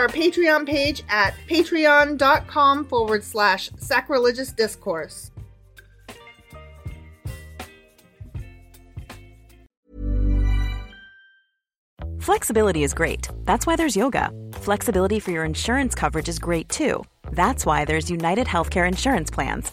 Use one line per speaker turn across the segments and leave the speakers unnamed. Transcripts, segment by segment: our Patreon page at patreon.com forward slash sacrilegious discourse.
Flexibility is great. That's why there's yoga. Flexibility for your insurance coverage is great too. That's why there's United Healthcare Insurance Plans.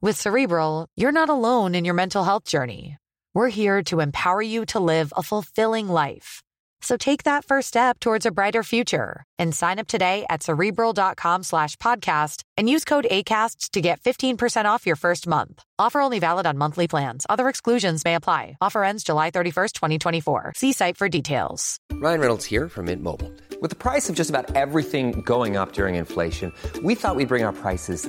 With Cerebral, you're not alone in your mental health journey. We're here to empower you to live a fulfilling life. So take that first step towards a brighter future and sign up today at cerebral.com slash podcast and use code ACAST to get 15% off your first month. Offer only valid on monthly plans. Other exclusions may apply. Offer ends July 31st, 2024. See site for details.
Ryan Reynolds here from Mint Mobile. With the price of just about everything going up during inflation, we thought we'd bring our prices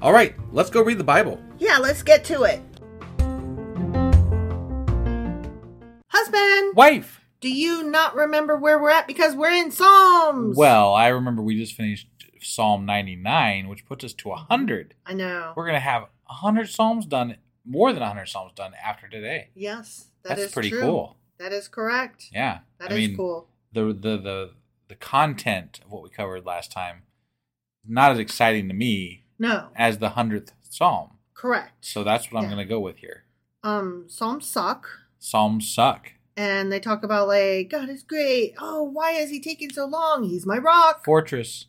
All right, let's go read the Bible.
Yeah, let's get to it. Husband,
Wife!
do you not remember where we're at because we're in Psalms?
Well, I remember we just finished Psalm 99, which puts us to 100.
I know.
We're going to have 100 Psalms done, more than 100 Psalms done after today.
Yes,
That's
that's
pretty
true.
cool.
That is correct.
Yeah.
That
I
is
mean,
cool.
The, the, the, the content of what we covered last time, not as exciting to me
No,
as the 100th Psalm.
correct.
So that's what I'm
Yeah.
going to go with here.
um, Psalms suck,
Psalms suck.
and they talk about like God is great. Oh, why is He taking so long? He's my rock.
Fortress.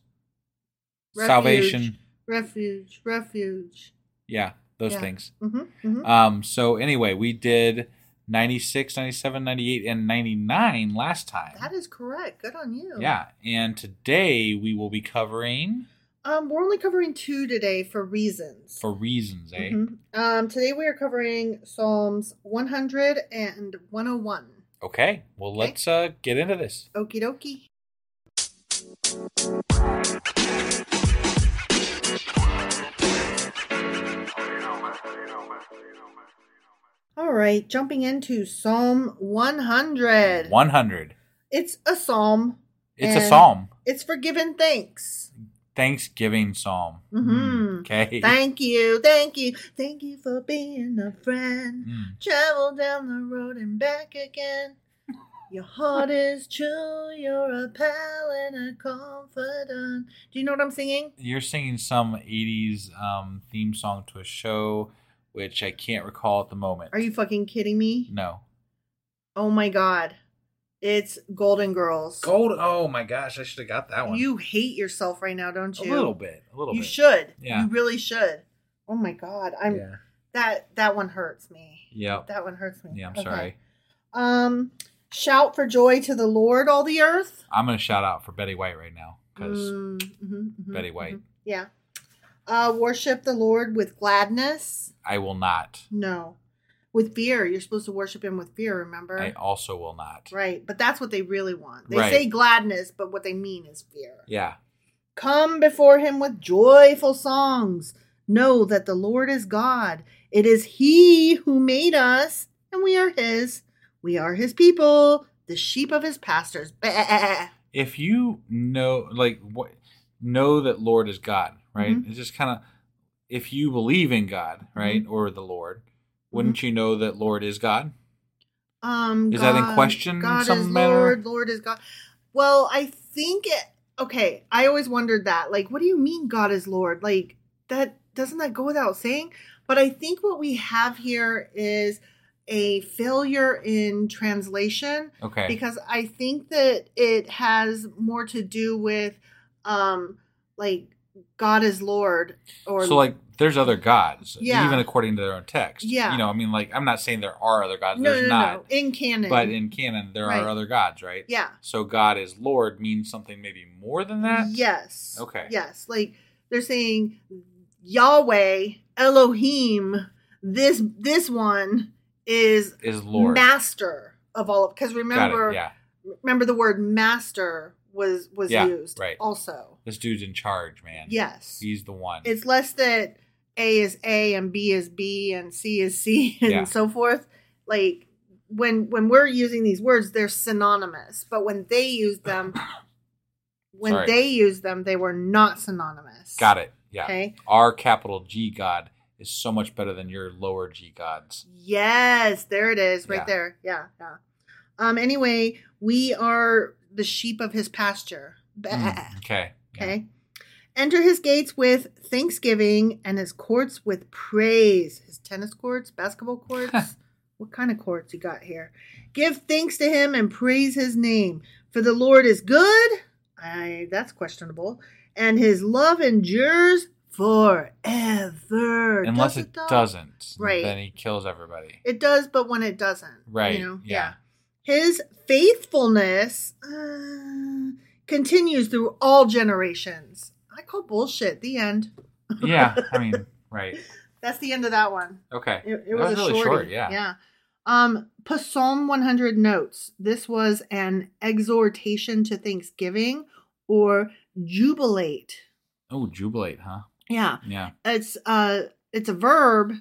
Refuge.
Salvation.
refuge, refuge.
Yeah, those things.
hmm hmm
Um, so anyway, we did 96, 97, 98, and 99 last time.
that is correct. Good on you.
yeah, and today we will be covering
Um, we're only covering two today for reasons.
for reasons, eh?
Mhm. Um, today we are covering Psalms 100 and 101.
Okay, well let's uh, get into this.
Okie dokie. All right, jumping into Psalm 100.
100.
It's a psalm.
It's a
and
psalm.
It's for giving thanks.
Thanksgiving psalm. Mm,
Mm-hmm.
Okay.
Thank you, thank you, thank you for being a friend.
Hmm.
Travel down the road and back again. Your heart is true, you're a pal and a confidant. Do you know what I'm singing?
You're singing some 80s um, theme song to a show, which I can't recall at the moment.
Are you fucking kidding me?
No.
Oh my god. It's Golden Girls.
Gold. Oh my gosh, I should have got that one.
You hate yourself right now, don't
a
you?
little bit. A little
You
bit.
should.
Yeah.
You really should. Oh my god. I'm
Yeah.
that that one hurts me.
Yep.
That one hurts me.
Yeah, I'm
Okay.
sorry.
Um, shout for joy to the Lord, all the earth.
I'm going to shout out for Betty White right now because
Mm, mhm, mhm,
Betty
mhm.
White.
Yeah. Uh, worship the Lord with gladness.
I will not.
No, with fear. You're supposed to worship Him with fear. Remember,
I also will not.
right? But that's what they really want. They
Right.
say gladness, but what they mean is fear.
Yeah.
Come before Him with joyful songs. Know that the Lord is God. It is He who made us, and we are His. We are His people, the sheep of His pastors. Bah.
If you know, like, what, know that Lord is God, right?
Mm-hmm.
It's just kind of, if you believe in God, right,
Mm-hmm.
or the Lord, wouldn't you know that Lord is God?
Um,
Is that in question in
God
some
is
manner?
Lord. Lord is God. Well, I think it. Okay, I always wondered that. Like, what do you mean God is Lord? Like that doesn't that go without saying? But I think what we have here is a failure in translation
Okay.
because I think that it has more to do with, um, like God is Lord or
so, like, there's other gods,
Yeah.
even according to their own text.
Yeah.
You know, I mean, like, I'm not saying there are other gods.
no, no,
there's
no,
not.
no, in canon,
But in canon, there
Right.
are other gods, right?
yeah,
So God is Lord means something maybe more than that.
Yes.
Okay.
Yes. Like they're saying Yahweh, Elohim, this this one is
Is Lord
master of all of because
Got it,
remember
Yeah.
remember the word master was was
Yeah,
used
right.
also.
This dude's in charge, man.
Yes.
He's the one.
It's less that A is A and B is B and C is C and
Yeah.
so forth. Like when when we're using these words, they're synonymous. But when they use them, when
Sorry.
they use them, they were not synonymous.
Got it. Yeah.
Okay.
Our capital G God is so much better than your lower G gods.
Yes, there it is, right
Yeah.
there. Yeah, yeah. Um. Anyway, we are the sheep of his pasture. Bah.
Mm, okay. Yeah.
Okay. Enter his gates with thanksgiving and his courts with praise. His tennis courts, basketball courts. what kind of courts you got here? Give thanks to him and praise his name. For the Lord is good. I that's questionable. And his love endures forever.
Unless
Does
it
though?
doesn't,
Right.
then he kills everybody.
It does, but when it doesn't.
Right,
You know?
yeah.
His faithfulness uh, continues through all generations. I call bullshit. The end.
yeah. I mean, right.
That's the end of that one.
Okay.
It, it
That
was, a
really
shorty.
short. Yeah.
Yeah. Um, Psalm 100 notes. This was an exhortation to thanksgiving or jubilate.
Oh, jubilate, huh?
Yeah.
Yeah.
It's uh it's a verb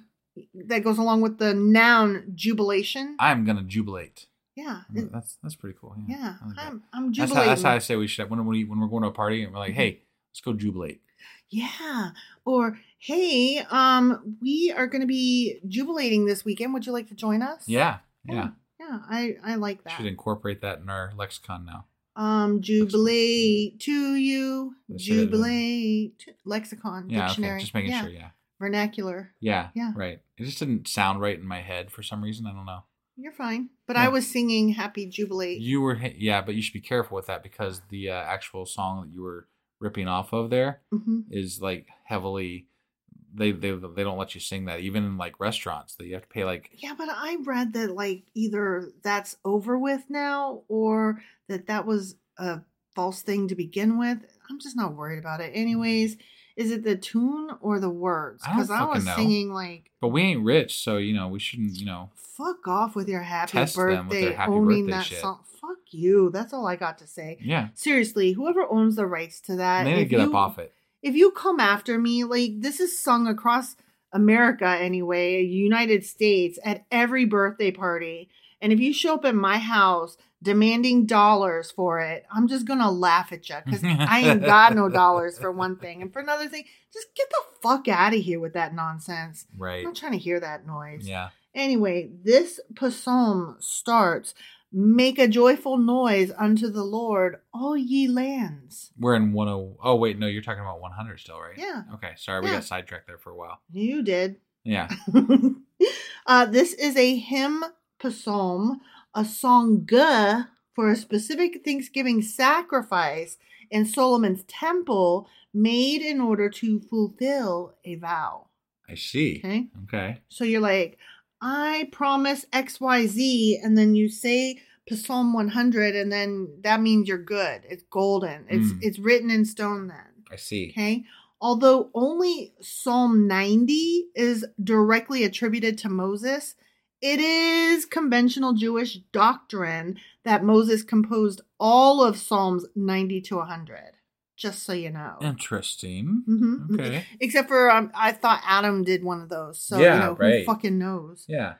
that goes along with the noun jubilation.
I'm gonna jubilate.
yeah. it-
That's that's pretty cool. Yeah.
Yeah,
I like that.
I'm, I'm
That's
jubilating. Mm-hmm.
how, that's how I say we should when we when we're going to a party and we're like, hey, let's go jubilate.
yeah. Or hey, um, we are going to be jubilating this weekend. Would you like to join us?
Yeah, yeah.
Yeah, I I like Oh, that.
Should incorporate that in our lexicon now.
Um, jubilate to you,
That should have been-
jubilate to- lexicon
Yeah,
dictionary.
okay. Just making sure. Yeah.
vernacular.
yeah,
Yeah.
right. It just didn't sound right in my head for some reason. I don't know.
You're fine, but I
Yeah.
was singing "Happy Jubilate."
You were, hi- yeah, but you should be careful with that because the uh, actual song that you were ripping off of there
hmm
is like heavily. They they they don't let you sing that even in like restaurants. That you have to pay like
Yeah, but I read that like either that's over with now or that that was a false thing to begin with. I'm just not worried about it. Anyways, is it the tune or the words?
Mm-hmm. I don't
Because I,
fucking
was
know.
singing like
But we ain't rich, so you know we shouldn't. You know,
"fuck off with your happy
Test
birthday,"
them with their happy
owning
birthday
that
shit.
song. Fuck you. That's all I got to say.
yeah.
Seriously, whoever owns the rights to that,
they need to
Uh, if
get up
you-
off it.
If you come after me, like this is sung across America anyway, United States, at every birthday party. And if you show up at my house demanding dollars for it, I'm just gonna laugh at you because I ain't got no dollars for one thing. And for another thing, just get the fuck out of here with that nonsense. I'm
Right.
not trying to hear that noise.
Yeah.
Anyway, this psalm starts Make a joyful noise unto the Lord, all ye lands.
We're in 10. Oh, wait. No, you're talking about 100 still, right?
Yeah.
Okay. Sorry. We
Yeah.
got sidetracked there for a while.
You did.
Yeah.
uh, this is a hymn psalm, a song for a specific Thanksgiving sacrifice in Solomon's temple made in order to fulfill a vow.
I see.
Okay.
Okay.
So you're like, I promise XYZ, and then you say Psalm 100, and then that means you're good. It's golden. It's
Mm.
it's written in stone then.
I see.
Okay. Although only Psalm 90 is directly attributed to Moses, it is conventional Jewish doctrine that Moses composed all of Psalms 90 to 100. Just so you know.
Interesting.
Mhm.
Okay.
Except for um, I thought Adam did one of those. So you
Yeah,
know, who
right.
fucking knows?
Yeah.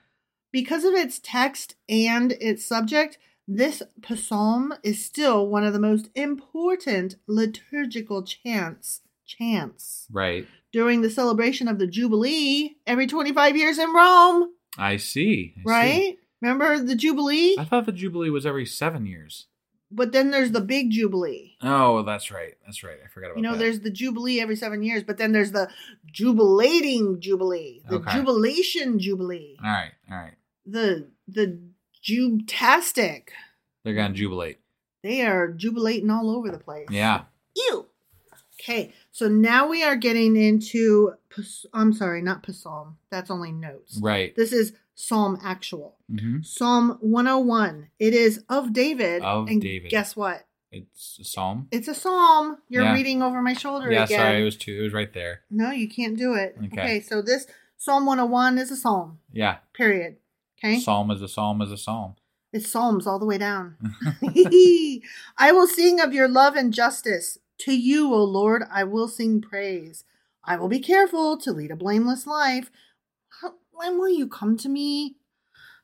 Because of its text and its subject, this psalm is still one of the most important liturgical chants chants
Right.
during the celebration of the Jubilee every 25 years in Rome,
I see. I see.
right? Remember the Jubilee?
I thought the Jubilee was every seven years.
But then there's the big Jubilee.
Oh, that's right. That's right. I forgot about
You know,
that.
there's the Jubilee every seven years, but then there's the jubilating Jubilee, the
Okay.
jubilation Jubilee,
All right. All right.
the the jubtastic.
They're going to jubilate.
They are jubilating all over the place.
Yeah.
Ew. Okay, so now we are getting into. pas- I'm sorry, not psalm. That's only notes.
Right.
This is psalm actual.
hmm
Psalm 101. It is of David.
Of
and
David.
Guess what?
It's a psalm.
It's a psalm. You're
Yeah.
reading over my shoulder
yeah.
again.
Sorry. It was two. It was right there.
No, you can't do it.
Okay.
so this Psalm 101 is a psalm,
Yeah.
period. Okay.
Psalm is a psalm is a psalm.
It's psalms all the way down. I will sing of your love and justice. To you, O Lord, I will sing praise. I will be careful to lead a blameless life. How- When will you come to me?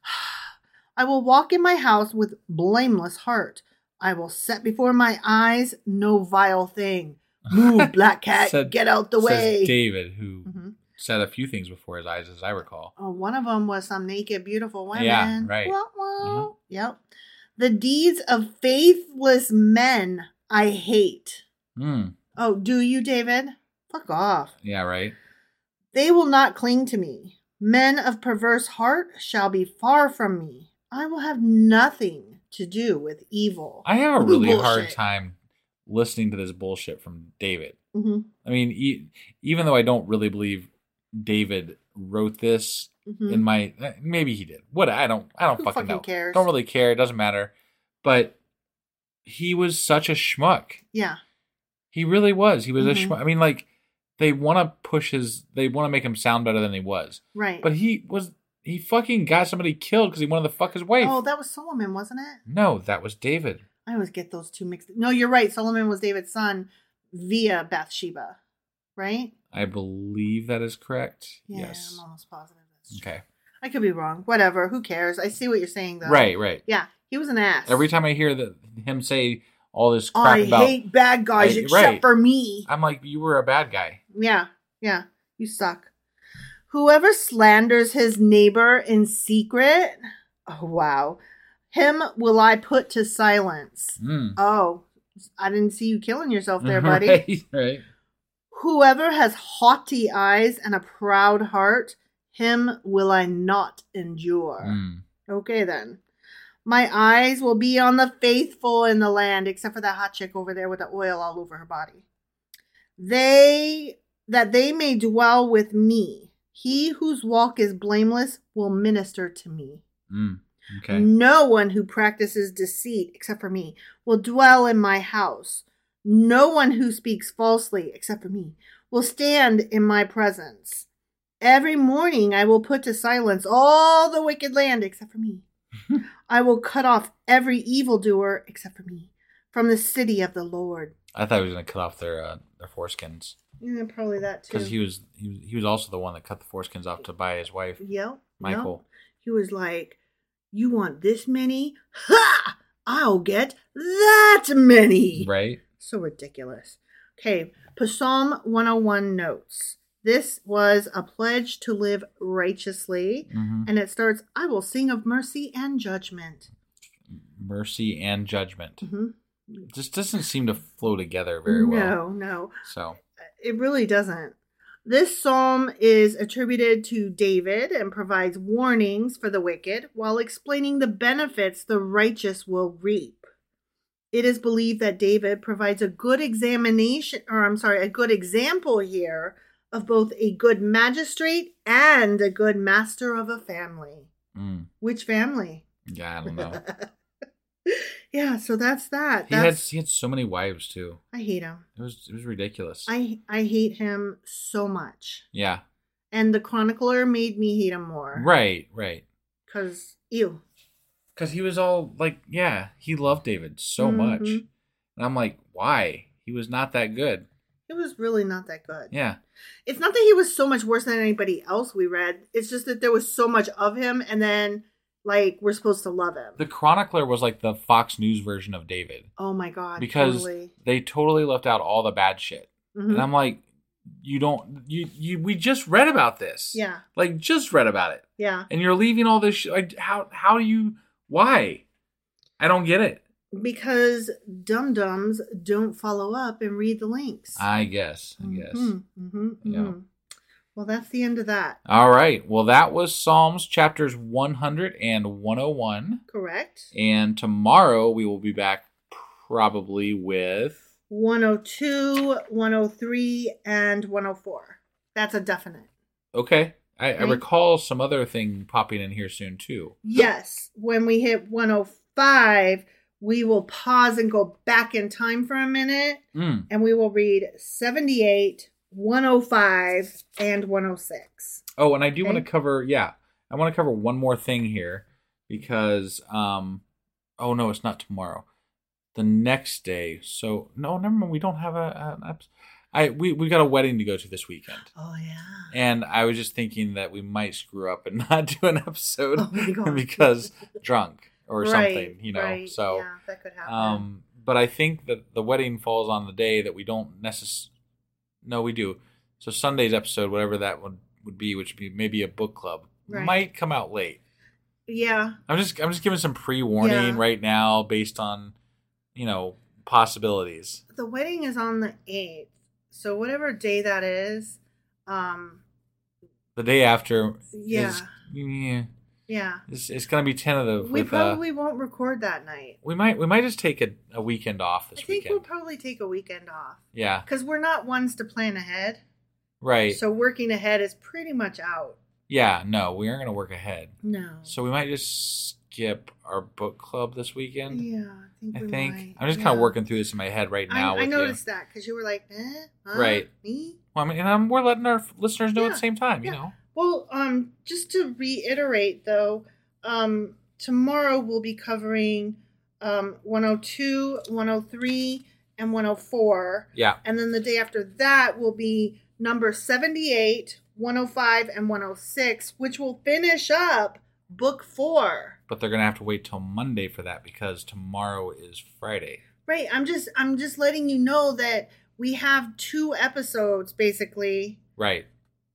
I will walk in my house with blameless heart. I will set before my eyes no vile thing. Move, black cat,
Said-
get out the
says
way.
David, who
Mhm.
said a few things before his eyes, as I recall.
Oh, one of them was some naked, beautiful women.
Yeah, right.
Wah, wah.
Mhm.
Yep. The deeds of faithless men I hate.
Mm.
Oh, do you, David? Fuck off.
Yeah. Right.
They will not cling to me. Men of perverse heart shall be far from me. I will have nothing to do with evil.
I have a really hard
Bullshit.
time listening to this bullshit from David.
Mhm,
I mean, e- even though I don't really believe David wrote this
mhm.
in my, eh, maybe he did. What I don't, I don't
Who
fucking
fucking
know.
cares?
Don't really care. It doesn't matter. But he was such a schmuck.
Yeah.
He really was. He was
Mhm.
a schmuck. I mean, like they want to push his, they want to make him sound better than he was.
Right.
But he was, he fucking got somebody killed because he wanted to fuck his wife.
oh, that was Solomon, wasn't it?
no, that was David.
I always get those two mixed. No, you're right. Solomon was David's son via Bathsheba, right?
I believe that is correct.
Yeah,
yes.
I'm almost positive. That's true.
Okay.
I could be wrong. Whatever. Who cares? I see what you're saying, though.
Right. Right.
Yeah. He was an ass.
Every time I hear that him say all this crap
I
about,
hate bad guys
I-
except
right.
for me.
I'm like, you were a bad guy.
Yeah. Yeah. You suck. Whoever slanders his neighbor in secret, oh, wow, him will I put to silence.
Mm.
Oh, I didn't see you killing yourself there, buddy.
right, right.
Whoever has haughty eyes and a proud heart, him will I not endure.
Mm.
Okay, then. My eyes will be on the faithful in the land, except for that hot chick over there with the oil all over her body. They, that they may dwell with me. He whose walk is blameless will minister to me.
Mm. Okay.
No one who practices deceit, except for me, will dwell in my house. No one who speaks falsely, except for me, will stand in my presence. Every morning I will put to silence all the wicked land, except for me. I will cut off every evildoer, except for me, from the city of the Lord.
I thought he was gonna cut off their uh, their foreskins
Yeah, probably that too.
because he was he was he was also the one that cut the foreskins off to buy his wife.
yeah,
Michael.
He was like, "You want this many? Ha! I'll get that many."
Right.
So ridiculous. Okay, Psalm 101 notes. This was a pledge to live righteously,
Mm-hmm.
and it starts, "I will sing of mercy and judgment."
Mercy and judgment
Mhm.
just doesn't seem to flow together very well.
No, no.
So
It really doesn't. This psalm is attributed to David and provides warnings for the wicked while explaining the benefits the righteous will reap. It is believed that David provides a good examination, or I'm sorry, a good example here of both a good magistrate and a good master of a family.
mm,
Which family?
yeah, I don't know.
Yeah, so that's that.
he had
That's,
he had so many wives too.
I hate him.
It was it was ridiculous.
I I hate him so much.
yeah.
and the chronicler made me hate him more
Right. Right.
because ew
Because he was all like, yeah, he loved David so much, and
Mhm.
I'm like, why? He was not that good.
it was really not that good
Yeah.
it's not that he was so much worse than anybody else we read it's just that there was so much of him and then like we're supposed to love him
The Chronicler was like the Fox News version of David.
oh my god
because
totally.
they totally left out all the bad shit. And
Mhm.
I'm like, you don't, you, you, we just read about this.
Yeah.
Like just read about it,
yeah
and you're leaving all this. Sh- like, how, how do you, why? I don't get it.
because dum dums don't follow up and read the links
I guess. I guess.
Mhm, mhm,
Yeah.
mhm. well that's the end of that
All right. Well, that was Psalms chapters 100 and 101.
correct
And tomorrow we will be back probably with
102 103 and 104 that's a definite
okay. I, I
Right.
recall some other thing popping in here soon too.
Yes, when we hit 105, we will pause and go back in time for a minute
Mm.
and we will read 78, 105, and 106.
Oh, and I do want
Okay.
to cover. Yeah, I want to cover one more thing here because. um Oh no, it's not tomorrow. The next day. So no, never mind. We don't have a. a- an eps- I we we got a wedding to go to this weekend,
Oh, yeah.
and I was just thinking that we might screw up and not do an episode
Oh, my God.
because drunk or something, you know. So.
yeah, that could happen.
Um, but I think that the wedding falls on the day that we don't necessarily. No, we do. So Sunday's episode, whatever that would would be, which would be maybe a book club,
Right.
might come out late.
yeah,
I'm just I'm just giving some pre warning
Yeah.
right now based on, you know, possibilities.
the wedding is on the 8th. So, whatever day that is, um,
The day after
Yeah.
is yeah,
yeah.
it's, it's going to be tentative.
We
with, uh,
probably won't record that night.
we might we might just take a, a weekend off
I
this
think
weekend.
we'll probably take a weekend off
yeah,
because we're not ones to plan ahead.
right.
So working ahead is pretty much out.
yeah, no, we aren't going to work ahead.
No.
So we might just skip our book club this weekend.
yeah, I think.
I
we
think
might.
I'm just
Yeah.
kind of working through this in my head right now.
I,
with
I noticed
You.
that because you were like, eh, huh,
Right.
me.
Well, I mean, and I'm, we're letting our listeners know at
Yeah,
the same time. You
yeah.
know,
Well, um, just to reiterate though, um, tomorrow we'll be covering um 102, 103, and 104,
yeah,
and then the day after that will be number 78, 105, and 106, which will finish up book four.
but they're gonna have to wait till Monday for that because tomorrow is Friday.
Right. I'm just I'm just letting you know that we have two episodes basically
Right.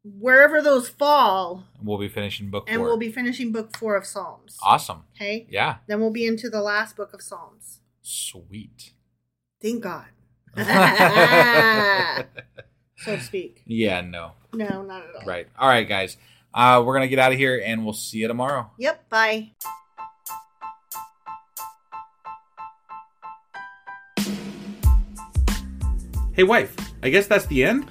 wherever those fall,
We'll be finishing book
and
four.
we'll be finishing book four of Psalms.
awesome.
Okay.
Yeah.
Then we'll be into the last book of Psalms.
Sweet.
Thank God, so to speak.
yeah. No.
No, not at all.
Right. All right, guys. Uh, we're gonna get out of here, and we'll see you tomorrow.
Yep. Bye.
Hey, wife. I guess that's the end.